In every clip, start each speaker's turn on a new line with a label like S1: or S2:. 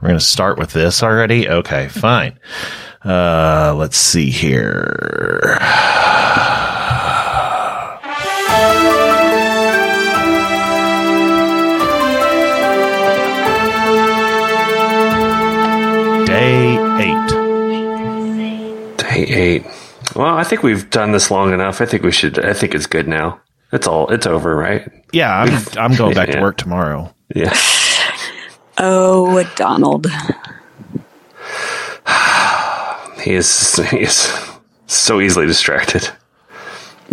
S1: We're going to start with this already? Okay, fine. Uh, let's see here. Day eight.
S2: Day eight. Well, I think we've done this long enough. I think we should. I think it's good now. It's all. It's over, right?
S1: Yeah, I'm, I'm going back to
S2: Yeah.
S1: work tomorrow.
S2: Yeah.
S3: Oh, Donald.
S2: He is. He is so easily distracted.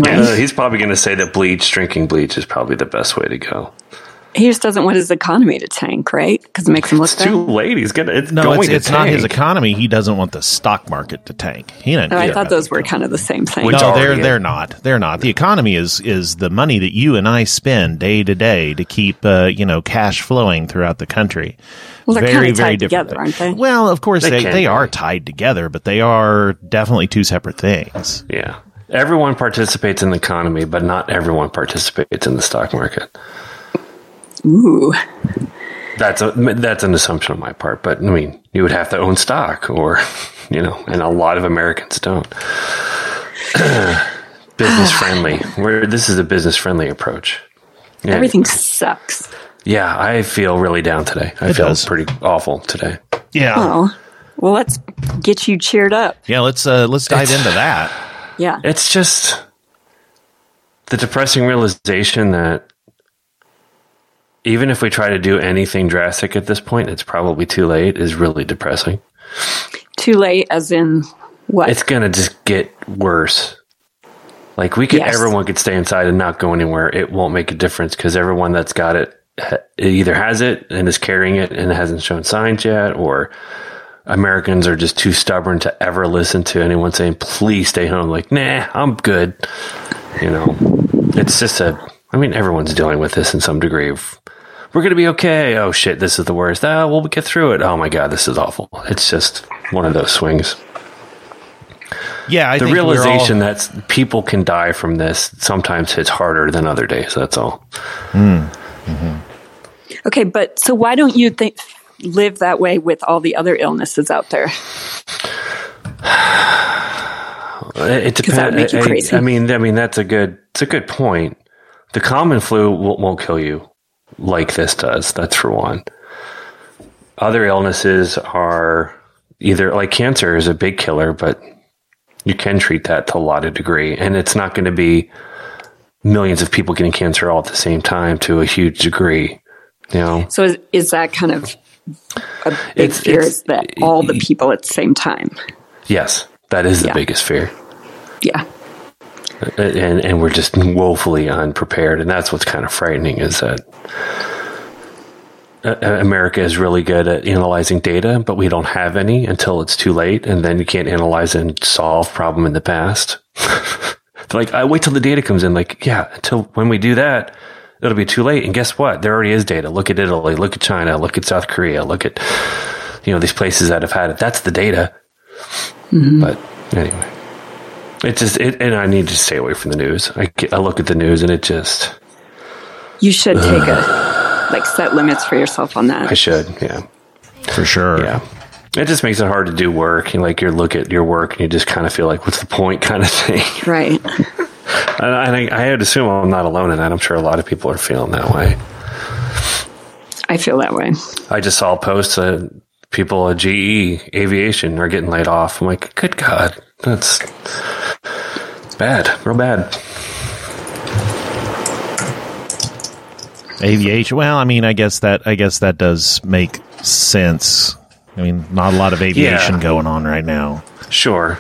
S2: Uh, he's probably going to say that bleach, drinking bleach, is probably the best way to go.
S3: He just doesn't want his economy to tank, right? Because it makes him look
S2: It's too
S3: bad.
S2: late. He's gonna. It's
S1: No,
S2: going
S1: it's,
S2: to
S1: it's not his
S2: tank.
S1: economy. He doesn't want the stock market to tank. He didn't.
S3: Oh, I
S1: care
S3: thought
S1: about
S3: those
S1: the
S3: were
S1: economy.
S3: kind of the same thing.
S2: Which- It's
S1: No, they're
S2: already-
S1: they're not. They're not. The economy is is the money that you and I spend day to day to keep uh, you know cash flowing throughout the country.
S3: Well, they're kinda tied together, aren't they?
S1: Well, of course
S2: They
S1: they, they,
S2: can be.
S1: are tied together, but they are definitely two separate things.
S2: Yeah. Everyone participates in the economy, but not everyone participates in the stock market.
S3: Ooh.
S2: That's a that's an assumption on my part, but I mean, you would have to own stock, or you know, and a lot of Americans don't. business friendly. We're, this is a business friendly approach. Yeah.
S3: Everything sucks.
S2: Yeah, I feel really down today. I feel
S1: does.
S2: pretty awful today.
S1: Yeah,
S3: Oh. Well, let's get you cheered up.
S1: yeah. Let's uh, let's dive into that.
S3: Yeah.
S2: It's just the depressing realization that even if we try to do anything drastic at this point, it's probably too late is really depressing.
S3: Too late, as in what?
S2: It's going to just get worse. Like we could
S3: Yes.
S2: everyone could stay inside and not go anywhere. It won't make a difference cuz everyone that's got it ha- either has it and is carrying it and hasn't shown signs yet or Americans are just too stubborn to ever listen to anyone saying, please stay home. Like, nah, I'm good. You know, it's just a, I mean, everyone's dealing with this in some degree. Of, We're going to be okay. Oh, shit, this is the worst. Ah, we'll get through it. Oh, my God, this is awful. It's just one of those swings.
S1: Yeah, I
S2: The
S1: think we're all-
S2: realization that people can die from this sometimes hits harder than other days. That's all.
S3: okay, but so why don't you think live that way with all the other illnesses out there?
S2: It, it
S3: 'Cause that would
S2: depends.
S3: make you
S2: I, I-
S3: crazy.
S2: I mean, I mean that's a good. It's a good point. The common flu won't, won't kill you like this does. That's for one. Other illnesses are either like cancer is a big killer, but you can treat that to a lot of degree, and it's not going to be millions of people getting cancer all at the same time to a huge degree. You know,
S3: So is, is that kind of a big
S2: It's-
S3: fear
S2: it's-
S3: is that all the people at the same time?
S2: yes, that is the
S3: Yeah.
S2: biggest fear.
S3: Yeah.
S2: and and we're just woefully unprepared and that's what's kind of frightening is that uh, uh, America is really good at analyzing data, but we don't have any until it's too late, and then you can't analyze and solve problem in the past. They're like, I wait till the data comes in. Like, yeah, until when we do that, it'll be too late. And guess what? There already is data. Look at Italy. Look at China. Look at South Korea. Look at you know these places that have had it. That's the data. But anyway. It just, it, and I need to stay away from the news. I, get- I look at the news and it just,
S3: You should take a like set limits for yourself on
S2: I
S3: that.
S2: should, yeah,
S1: for sure.
S2: yeah. It just makes it hard to do work. And like you look at your work and you just kind of feel like, what's the point kind of thing.
S3: Right.
S2: And I, and I, I would assume I'm not alone in that. I'm sure a lot of people are feeling that way.
S3: I feel that way.
S2: I just saw a post that people at GE Aviation are getting laid off. I'm like, good God, that's bad, real bad.
S1: Aviation. Well, I mean, I guess that I guess that does make sense. I mean, not a lot of aviation
S2: Yeah.
S1: going on right now.
S2: Sure.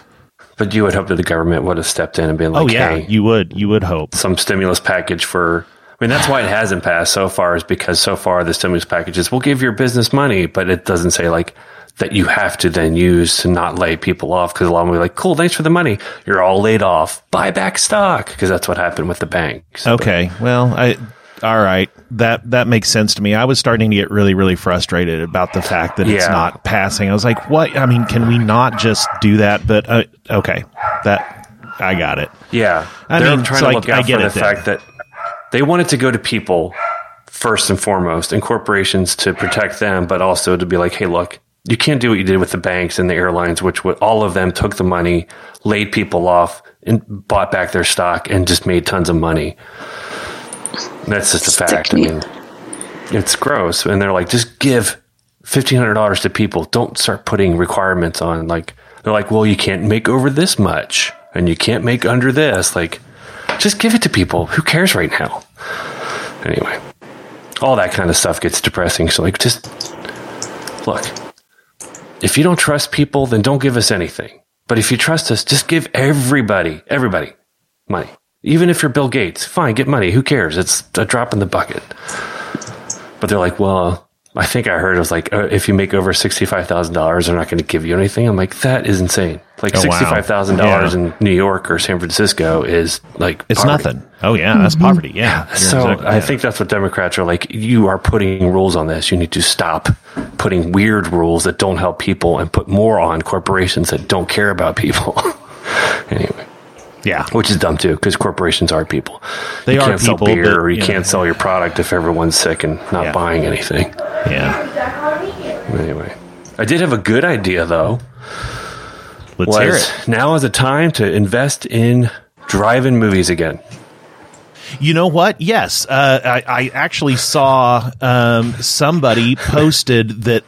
S2: But you would hope that the government would have stepped in and been like,
S1: Oh yeah,
S2: hey,
S1: you would you would hope.
S2: some stimulus package for. I mean, that's why it hasn't passed so far, is because so far the stimulus packages will give your business money, but it doesn't say like that you have to then use to not lay people off. Because a lot of them will be like, cool, thanks for the money. You're all laid off. Buy back stock. Because that's what happened with the banks.
S1: Okay. Well, I all right. That that makes sense to me. I was starting to get really really frustrated about the fact that it's
S2: Yeah.
S1: not passing. I was like, "What? I mean, can we not just do that?" But uh, okay. That I got it.
S2: Yeah.
S1: I
S2: They're
S1: mean,
S2: trying
S1: so
S2: to
S1: I-
S2: look
S1: I
S2: out
S1: get
S2: for
S1: it
S2: the
S1: then.
S2: fact that they wanted to go to people first and foremost, and corporations to protect them, but also to be like, hey, look, you can't do what you did with the banks and the airlines, which w- all of them took the money, laid people off, and bought back their stock and just made tons of money. That's just a fact. I mean, it's gross. And they're like, just give fifteen hundred dollars to people. Don't start putting requirements on. Like they're like, well, you can't make over this much, and you can't make under this. Like, just give it to people. Who cares right now? Anyway, all that kind of stuff gets depressing. So like, just look. If you don't trust people, then don't give us anything. But if you trust us, just give everybody, everybody, money. Even if you're Bill Gates, fine, get money. Who cares? It's a drop in the bucket. But they're like, well, I think I heard it was like, uh, if you make over sixty-five thousand dollars, they're not going to give you anything. I'm like, that is insane. Like
S1: Oh, wow.
S2: sixty-five thousand dollars
S1: Yeah.
S2: in New York or San Francisco is like
S1: It's
S2: poverty.
S1: nothing. Oh yeah, that's poverty. Yeah. You're
S2: So
S1: exactly
S2: I
S1: right.
S2: think that's what Democrats are like. You are putting rules on this. You need to stop putting weird rules that don't help people and put more on corporations that don't care about people. anyway,
S1: yeah.
S2: which is dumb too because corporations are people.
S1: They
S2: you
S1: are
S2: can't sell
S1: people,
S2: beer
S1: but,
S2: or you,
S1: you know.
S2: can't sell your product if everyone's sick and not
S1: Yeah.
S2: buying anything.
S1: Yeah.
S2: Anyway, I did have a good idea though.
S1: Let's hear
S2: Was
S1: it.
S2: now is the time to invest in drive-in movies again?
S1: You know what? Yes, uh, I, I actually saw um, somebody posted that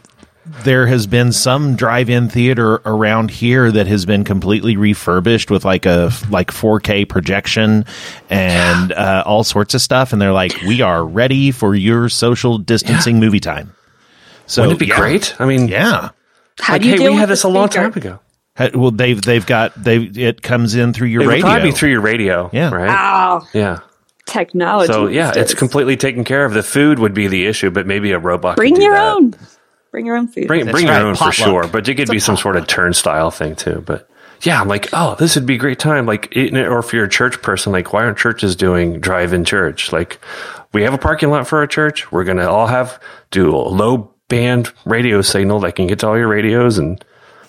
S1: there has been some drive-in theater around here that has been completely refurbished with like a like 4K projection and uh, all sorts of stuff, and they're like, "We are ready for your social distancing movie time." So
S2: Wouldn't it be
S1: Oh, yeah.
S2: great? I mean,
S1: Yeah.
S3: How
S2: like,
S3: do you
S2: hey,
S3: deal
S2: we
S3: with
S2: had
S3: the
S2: this a long
S3: speaker?
S2: time ago.
S1: Ha- Well, they've they've got they it comes in through your
S2: It would
S1: radio.
S2: probably be through your radio.
S1: Yeah.
S2: Right.
S3: Wow,
S2: Yeah.
S3: Oh, technology.
S2: So yeah,
S3: these
S2: it's
S3: days.
S2: completely taken care of. The food would be the issue, but maybe a robot. could
S3: Bring
S2: do
S3: your
S2: that.
S3: own. Bring your own food.
S2: Bring,
S1: That's
S2: bring
S1: right,
S2: your own
S1: potluck.
S2: for sure, but it could be some sort of turnstile thing too. But yeah, I'm like, oh, this would be a great time. Like, it, or if you're a church person, like, why aren't churches doing drive-in church? Like, we have a parking lot for our church. We're gonna all have do a low band radio signal that can get to all your radios, and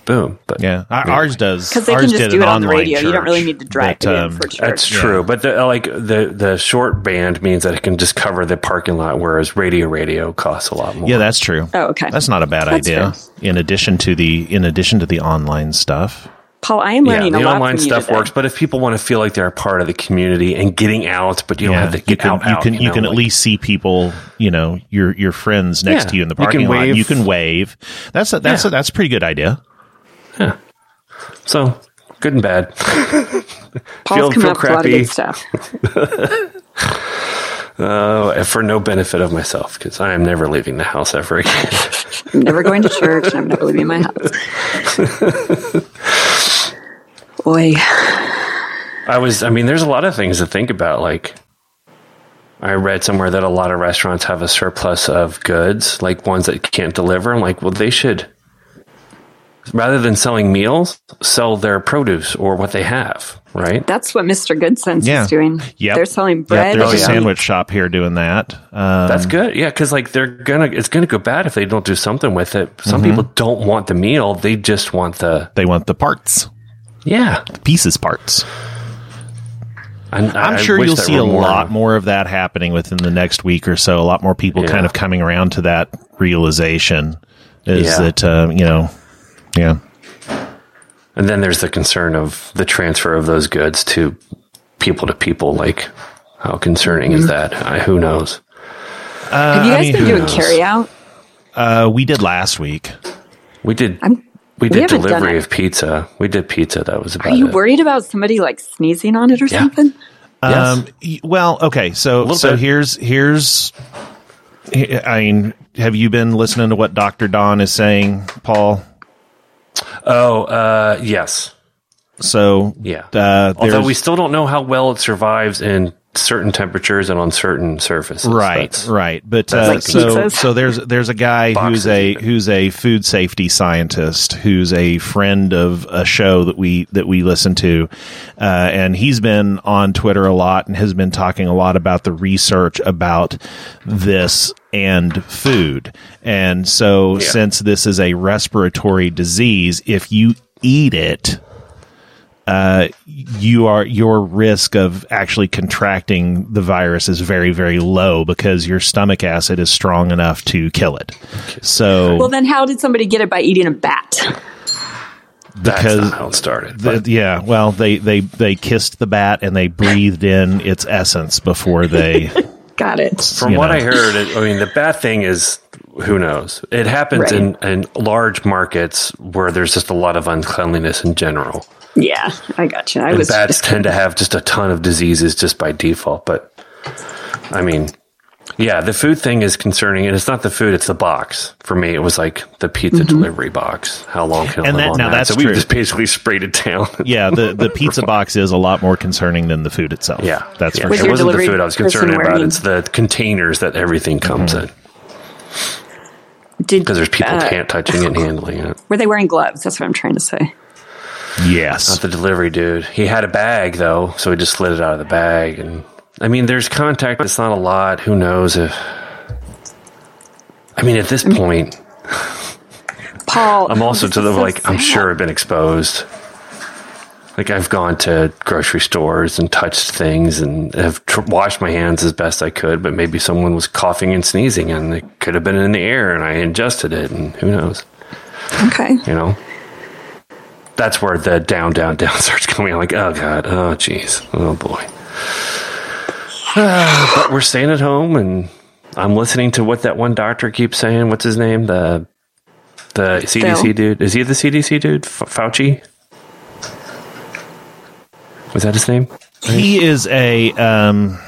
S2: boom. But
S1: Yeah, Our- ours does
S3: 'Cause they can
S1: ours
S3: just
S1: did
S3: do
S1: an
S3: it on the
S1: online
S3: radio. You don't really
S1: church,
S3: need to drive
S1: but,
S3: it in
S1: um,
S3: for church.
S2: That's true, but the, like the the short band means that it can just cover the parking lot, whereas radio radio costs a lot more.
S1: Yeah, that's true.
S3: Oh, okay.
S1: That's not a bad
S3: That's
S1: idea. In addition to the in addition to the online stuff.
S3: Paul, I am
S2: Yeah,
S3: learning
S2: the
S3: a lot
S2: online
S3: from you
S2: stuff
S3: today.
S2: works, but if people want to feel like they're a part of the community and getting out, but you don't have to get
S1: you can
S2: out,
S1: you
S2: out,
S1: can you,
S2: know,
S1: can at
S2: like-
S1: least see people, you know, your your friends next
S2: Yeah,
S1: to you in the
S2: you can
S1: parking lot.
S2: wave.
S1: You can wave. That's a, that's a,
S2: Yeah.
S1: that's a pretty good idea.
S2: so good and bad. feel-
S3: Paul's coming
S2: feel
S3: up with a lot of
S2: crappy.
S3: good stuff.
S2: Uh, for no benefit of myself, because I am never leaving the house ever again.
S3: I'm never going to church. and I'm never leaving my house. Boy,
S2: I was, I mean, there's a lot of things to think about. Like, I read somewhere that a lot of restaurants have a surplus of goods, like ones that can't deliver. I'm like, well, they should, rather than selling meals, sell their produce or what they have, right?
S3: that's what Mr. Good Sense
S1: Yeah.
S3: is doing.
S1: Yep.
S3: They're selling
S1: Yep,
S3: bread.
S2: Oh,
S1: there's a
S3: and meat.
S1: sandwich shop here doing that. Um,
S2: That's good. Yeah. Cause like they're gonna, it's gonna go bad if they don't do something with it. Some
S1: Mm-hmm.
S2: people don't want the meal. They just want the,
S1: they want the parts,
S2: yeah.
S1: pieces parts.
S2: I'm, I-
S1: I'm
S2: I
S1: sure
S2: wish
S1: you'll
S2: there
S1: see
S2: were
S1: a lot more of that happening within the next week or so. A lot more people
S2: Yeah.
S1: kind of coming around to that realization is
S2: Yeah.
S1: that um, you know, yeah,
S2: And then there's the concern of the transfer of those goods to people to people. Like, how concerning
S3: Mm-hmm.
S2: is that? I, who knows?
S3: Have you
S1: I
S3: guys
S1: mean,
S3: been
S1: who
S3: doing
S2: knows?
S3: carry out?
S1: uh, we did last week.
S2: We did.
S3: I'm.
S2: we
S3: we
S2: did
S3: haven't done
S2: delivery
S3: it.
S2: of pizza. We did pizza. That was about
S3: Are
S1: Uh,
S3: you
S2: it.
S3: worried about somebody like sneezing on it or
S2: Yeah.
S3: something?
S2: Yes.
S1: Um, y- well, okay. So,
S2: little
S1: so
S2: bit.
S1: here's, here's, he- I mean, have you been listening to what Dr. Don is saying, Paul?
S2: oh, uh, yes.
S1: So,
S2: Yeah.
S1: uh,
S2: Although
S1: there's-
S2: we still don't know how well it survives in certain temperatures and on certain surfaces.
S1: right,
S2: That's-
S1: right. But, uh,
S2: like
S1: so,
S3: pizzas.
S1: so there's, there's a guy who's
S2: Boxes
S1: a,
S2: even.
S1: who's a food safety scientist, who's a friend of a show that we, that we listen to. Uh, and he's been on Twitter a lot and has been talking a lot about the research about this and food. And so,
S2: Yeah.
S1: since this is a respiratory disease, if you eat it, uh, you are your risk of actually contracting the virus is very very low because your stomach acid is strong enough to kill it. So
S3: Well, then how did somebody get it by eating a bat?
S2: That's
S1: because
S2: not how it started.
S1: the,
S2: but-
S1: yeah, well they they they kissed the bat and they breathed in its essence before they
S3: Got it.
S2: From
S1: you
S2: what
S1: know.
S2: I heard, it, I mean, the bad thing is who knows? It happens
S3: Right.
S2: in, in large markets where there's just a lot of uncleanliness in general.
S3: Yeah, I got you. I
S2: And
S3: was
S2: bats tend to have just a ton of diseases just by default. But I mean, yeah, the food thing is concerning. And it's not the food, it's the box. For me, it was like the pizza delivery box. How long can
S1: Mm-hmm.
S2: I
S1: And
S2: live
S1: that-
S2: on
S1: now
S2: that?
S1: that's
S2: so we
S1: true.
S2: just basically sprayed it down.
S1: yeah the the pizza box is a lot more concerning than the food itself.
S2: yeah.
S1: that's
S2: yeah.
S1: for
S3: Was
S1: sure.
S2: It
S3: your
S2: wasn't the
S3: delivery
S2: food I was
S3: person
S2: concerned about.
S3: wearing-
S2: It's the containers that everything comes
S1: Mm-hmm.
S2: in.
S3: did,
S2: Because there's people
S3: uh,
S2: hand- touching it and handling it.
S3: were they wearing gloves? That's what I'm trying to say.
S1: Yes,
S2: Not the delivery dude. He had a bag though, so he just slid it out of the bag. And I mean, there's contact. It's not a lot. Who knows if? I mean, at this point,
S3: Paul,
S2: I'm also
S3: this
S2: to the
S3: is so
S2: like. I'm
S3: sad.
S2: sure I've been exposed. Like I've gone to grocery stores and touched things and have tr- washed my hands as best I could, but maybe someone was coughing and sneezing and it could have been in the air and I ingested it and who knows,
S3: Okay.
S2: you know? That's where the down, down, down starts coming. I'm like, oh God, oh jeez, oh boy. but we're staying at home and I'm listening to what that one doctor keeps saying. What's his name? The the CDC dude. Is he the CDC dude? F- Fauci? Was that his name?
S1: he is a um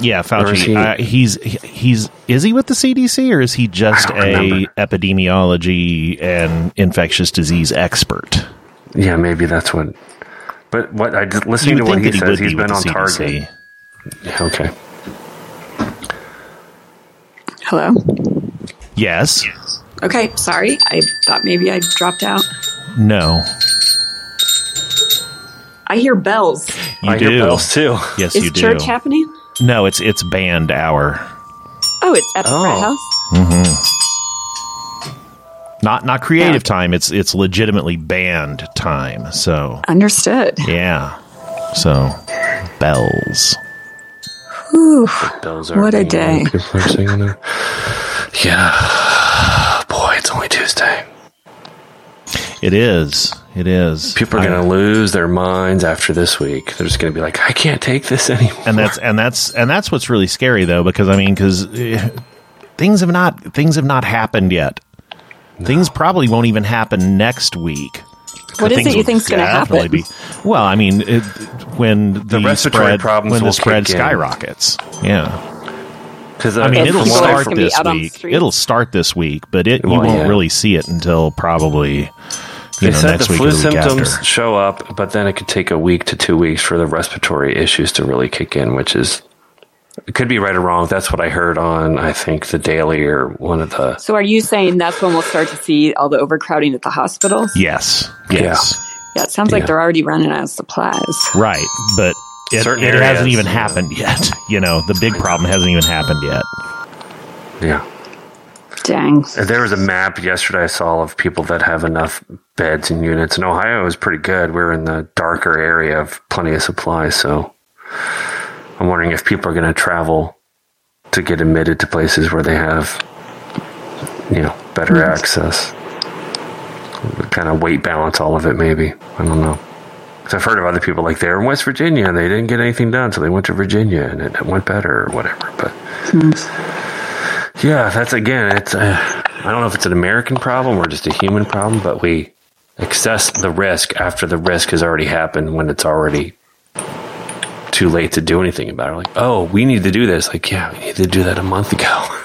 S1: yeah
S2: Or is
S1: fauci
S2: he-
S1: uh, he's he- he's is he with the cdc or is he just a
S2: I don't remember.
S1: epidemiology and infectious disease expert
S2: Yeah, maybe that's what. But what I just listening to what he says, he's been on target. Yeah, Okay.
S3: Hello.
S1: yes
S3: Okay. Sorry. I thought maybe I dropped out.
S1: no
S3: I hear bells.
S1: you
S2: I
S1: do
S2: hear bells too.
S1: yes
S3: Is
S1: you do
S3: church happening?
S1: no it's it's band hour
S3: Oh, it's at the
S2: Oh.
S3: frat house.
S1: not not creative
S3: Yeah.
S1: time it's it's legitimately band time so
S3: Understood.
S1: yeah so bells
S3: Whew.
S2: Bells are
S3: What a
S2: ringing.
S3: day.
S2: People are singing there. Yeah. Boy, it's only Tuesday.
S1: it is it is
S2: People are
S1: I-
S2: going to lose their minds after this week. They're just going to be like, I can't take this anymore.
S1: and that's and that's and that's what's really scary though because i mean because things have not things have not happened yet things probably won't even happen next week
S3: What is it you think's going to
S1: Definitely
S3: happen?
S1: be well i mean it, when the,
S2: respiratory
S1: spread,
S2: problems
S1: when the
S2: will
S1: spread
S2: kick in.
S1: skyrockets yeah
S2: Because
S1: i mean
S3: And
S1: it'll
S3: people are
S1: start
S3: gonna be
S1: this
S3: out on the
S1: week
S3: streets.
S1: it'll start this week but it you
S2: Well,
S1: won't
S2: yeah.
S1: really see it until probably you
S2: They
S1: know
S2: said the
S1: next week or
S2: flu
S1: the week
S2: symptoms
S1: after
S2: show up, but then it could take a week to two weeks for the respiratory issues to really kick in, which is it could be right or wrong. That's what I heard on I think the Daily or one of the
S3: So, are you saying that's when we'll start to see all the overcrowding at the hospitals?
S1: yes yes
S3: Yeah, it sounds like
S2: Yeah.
S3: they're already running out of supplies.
S1: right but it,
S2: Certain
S1: it hasn't
S2: areas,
S1: even
S2: yeah.
S1: happened yet you know the big problem hasn't even happened yet
S2: yeah.
S3: Dang.
S2: There was a map yesterday I saw of people that have enough beds and units, and Ohio is pretty good. We're in the darker area of plenty of supplies, so I'm wondering if people are going to travel to get admitted to places where they have, you know, better access. Kind of weight balance all of it, maybe. I don't know. 'Cause I've heard of other people like they're in West Virginia and they didn't get anything done, so they went to Virginia and it went better or whatever. But yeah, that's again. It's uh, I don't know if it's an American problem or just a human problem, but we access the risk after the risk has already happened when it's already too late to do anything about it. Like, oh, we need to do this. Like, yeah, we need to do that a month ago.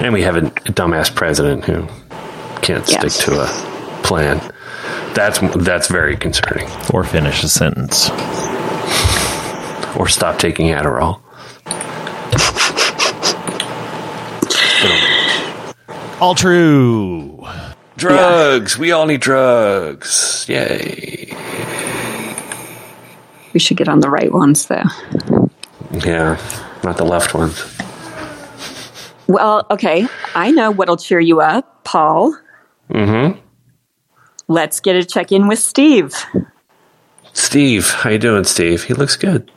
S2: and we have a dumbass president who can't
S3: Yes.
S2: stick to a plan. That's that's very concerning.
S1: or finish a sentence.
S2: Or stop taking Adderall.
S1: All true.
S2: Drugs. We all need drugs. Yay.
S3: We should get on the right ones, though.
S2: Yeah, not the left ones.
S3: Well, okay. I know what'll cheer you up, Paul. Mm hmm. Let's get a check in with Steve.
S2: Steve, how you doing, Steve? He looks good.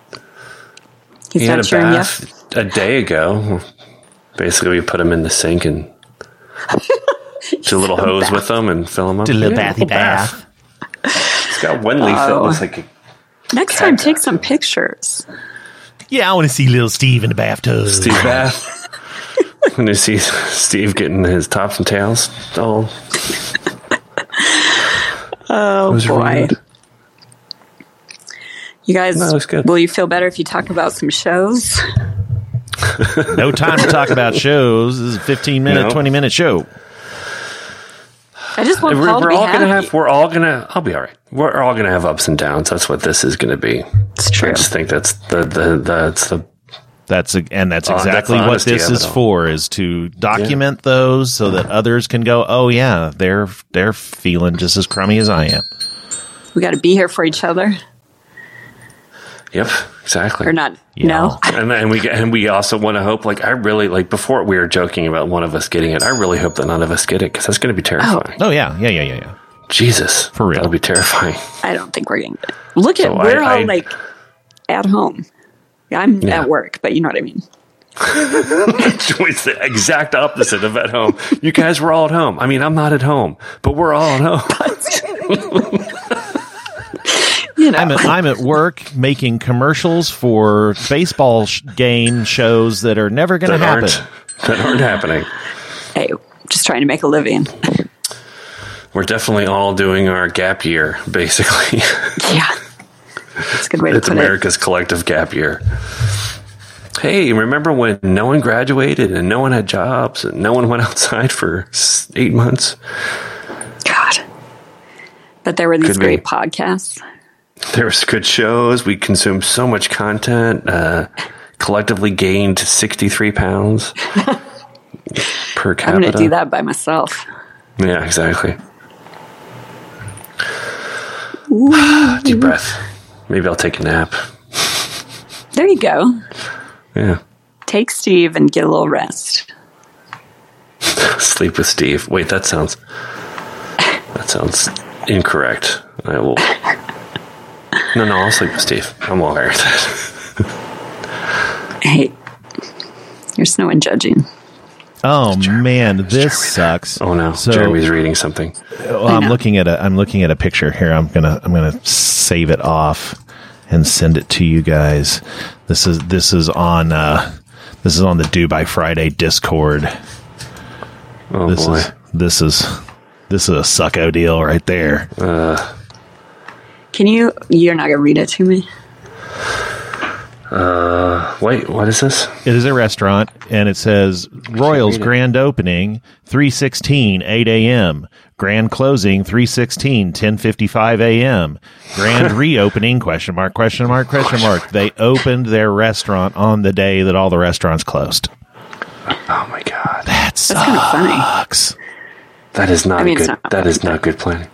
S3: He's
S2: he had
S3: not
S2: a
S3: sure
S2: bath
S3: yet.
S2: a day ago. Basically, we put him in the sink and do a little hose with him and fill him up.
S1: Did a little
S2: Yeah,
S1: bathy bath.
S2: He's got one leaf that
S3: Oh.
S2: looks like a
S3: Next time, take some pictures.
S1: Yeah, I want to see little Steve in the bathtub.
S2: Steve bath. when you see Steve getting his tops and tails all
S3: Oh
S2: was
S3: boy,
S2: ruined.
S3: you guys,
S2: No, it's good.
S3: will you feel better if you talk about some shows?
S1: No time to talk about shows. This is a 15 minute,
S2: No.
S1: 20 minute show.
S3: I just want
S2: We're,
S3: Paul to
S2: we're
S3: be
S2: all
S3: happy.
S2: gonna have. We're all gonna. I'll be all right. We're all gonna have ups and downs. That's what this is gonna be.
S3: it's true.
S2: I just think that's the the that's the
S1: That's a, and that's
S2: Oh, that's
S1: exactly
S2: the
S1: what
S2: honesty
S1: this
S2: of it
S1: is
S2: all.
S1: for is to document those so that others can go, "Oh yeah, they're they're feeling just as crummy as I am."
S3: We got to be here for each other,
S2: yep exactly.
S3: or not?
S1: Yeah.
S3: No,
S2: and, and we and we also want to hope. Like I really like before we were joking about one of us getting it. I really hope that none of us get it because that's going to be terrifying.
S1: Oh yeah, yeah, yeah, yeah, yeah.
S2: Jesus,
S1: For real.
S2: that'll be terrifying.
S3: I don't think we're going. to Look at
S2: So I-
S3: we're all
S2: I-
S3: like at home. I'm
S2: Yeah.
S3: at work, but you know what I mean.
S2: it's the exact opposite of at home. You guys were all at home. I mean, I'm not at home, but we're all at home.
S3: You know,
S1: I'm at, I'm at work making commercials for baseball sh- game shows that are never going to
S2: That
S1: happen.
S2: aren't that aren't happening.
S3: hey, just trying to make a living.
S2: We're definitely all doing our gap year. Basically,
S3: yeah, that's a good way to
S2: it's
S3: put it.
S2: America's collective gap year. Hey, remember when no one graduated and no one had jobs and no one went outside for s- eight months?
S3: God. But there were these
S2: Could be.
S3: great podcasts.
S2: There was good shows. We consumed so much content. Uh, collectively gained sixty three pounds per capita.
S3: I'm going to do that by myself.
S2: Yeah, exactly. Deep breath. Maybe I'll take a nap.
S3: There you go.
S2: Yeah.
S3: Take Steve and get a little rest.
S2: Sleep with Steve. Wait, that sounds that sounds incorrect. I will No no, I'll sleep with Steve. I'm all right with that.
S3: Hey, there's no one judging.
S1: Oh man, this sucks.
S2: Oh no.
S1: So
S2: Jeremy's reading something.
S1: oh, I'm looking at a I'm looking at a picture here. I'm gonna I'm gonna save it off and send it to you guys. This is this is on uh, this is on the Do by Friday Discord.
S2: Oh
S1: This
S2: boy.
S1: is this is this is a sucko deal right there.
S3: Can you? You're not going to read it to me.
S2: Wait, what is this?
S1: It is a restaurant, and it says Royals grand opening 316 8 a.m. Grand closing 316 10:55 a.m. Grand reopening question mark question mark question mark. They opened their restaurant on the day that all the restaurants cllosed.
S2: Oh my god.
S1: That
S3: That's kind of funny.
S1: sucks.
S2: That is not
S3: I mean,
S2: good
S3: it's not-
S2: that is not good planning.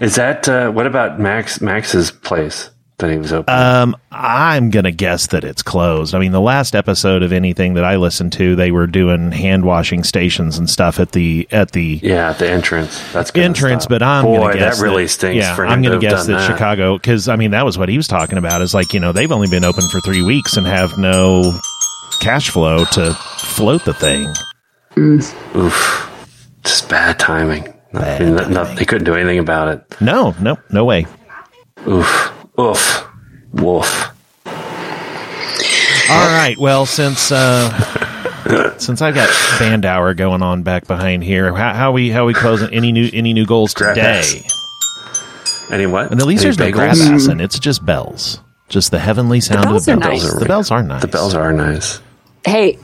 S2: Is that uh, what about Max Max's place that he was opening?
S1: Um, I'm gonna guess that it's closed. I mean, the last episode of anything that I listened to, they were doing hand washing stations and stuff at the at the
S2: Yeah, at the entrance. That's gonna
S1: entrance,
S2: stop.
S1: but I'm
S2: boy,
S1: gonna guess
S2: that really stinks.
S1: Yeah,
S2: for him
S1: I'm
S2: to
S1: gonna
S2: have
S1: guess
S2: done
S1: that, Chicago, because I mean that was what he was talking about. Is like you know they've only been open for three weeks and have no cash flow to float the thing.
S2: Oof, just bad timing. I mean, not- not- they couldn't do anything about it.
S1: No, no, no way.
S2: Oof, oof, woof.
S1: All right, well since uh, since I've got band hour going on back behind here, how, how we how we closing any new any new goals
S2: Grab
S1: today?
S2: ass. Any what?
S1: And at least
S2: Any
S1: there's no
S2: bagels? Mm-hmm.
S1: grab ass in it. It's just bells, just the heavenly sound
S3: bells are
S1: of the bells.
S3: nice.
S1: The bells are nice.
S2: The bells are nice.
S3: Hey,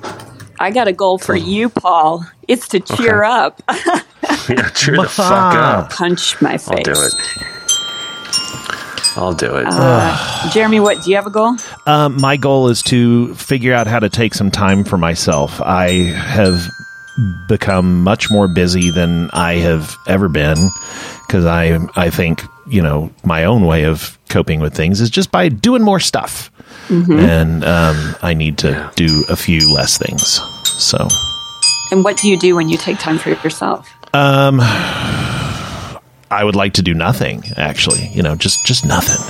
S3: I got a goal for you, Paul. It's to cheer up.
S2: yeah, cheer the fuck up.
S3: Punch my face.
S2: I'll do it. I'll do it.
S3: Jeremy, what? Do you have a goal?
S1: Um, my goal is to figure out how to take some time for myself. I have become much more busy than I have ever been because I I think you know my own way of coping with things is just by doing more stuff, and um, I need to do a few less things. So
S3: And what do you do when you take time for yourself?
S1: I would like to do nothing. Actually, you know, just just nothing.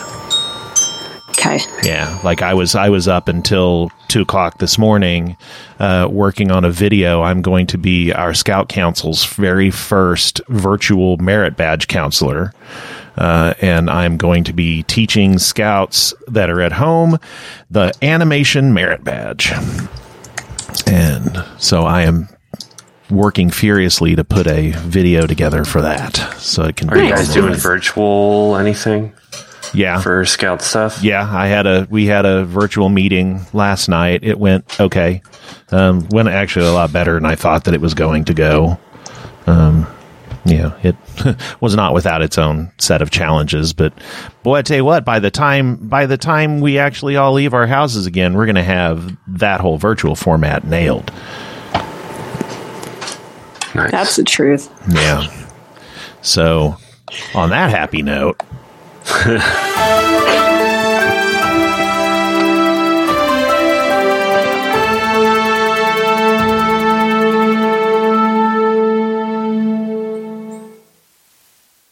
S3: Okay.
S1: Yeah, like I was I was up until two o'clock this morning, uh, working on a video. I'm going to be our Scout Council's very first virtual merit badge counselor, uh, and I'm going to be teaching Scouts that are at home the animation merit badge. And so I am working furiously to put a video together for that, so it can.
S2: Are you
S1: be
S2: guys
S1: online.
S2: doing virtual anything
S1: Yeah,
S2: for scout stuff?
S1: yeah, I had a we had a virtual meeting last night. It went okay. Um, went actually a lot better than I thought that it was going to go. Um, yeah, it was not without its own set of challenges, but boy, I tell you what, by the time by the time we actually all leave our houses again, we're going to have that whole virtual format nailed.
S2: Nice.
S3: That's the truth.
S1: Yeah. So, on that happy note,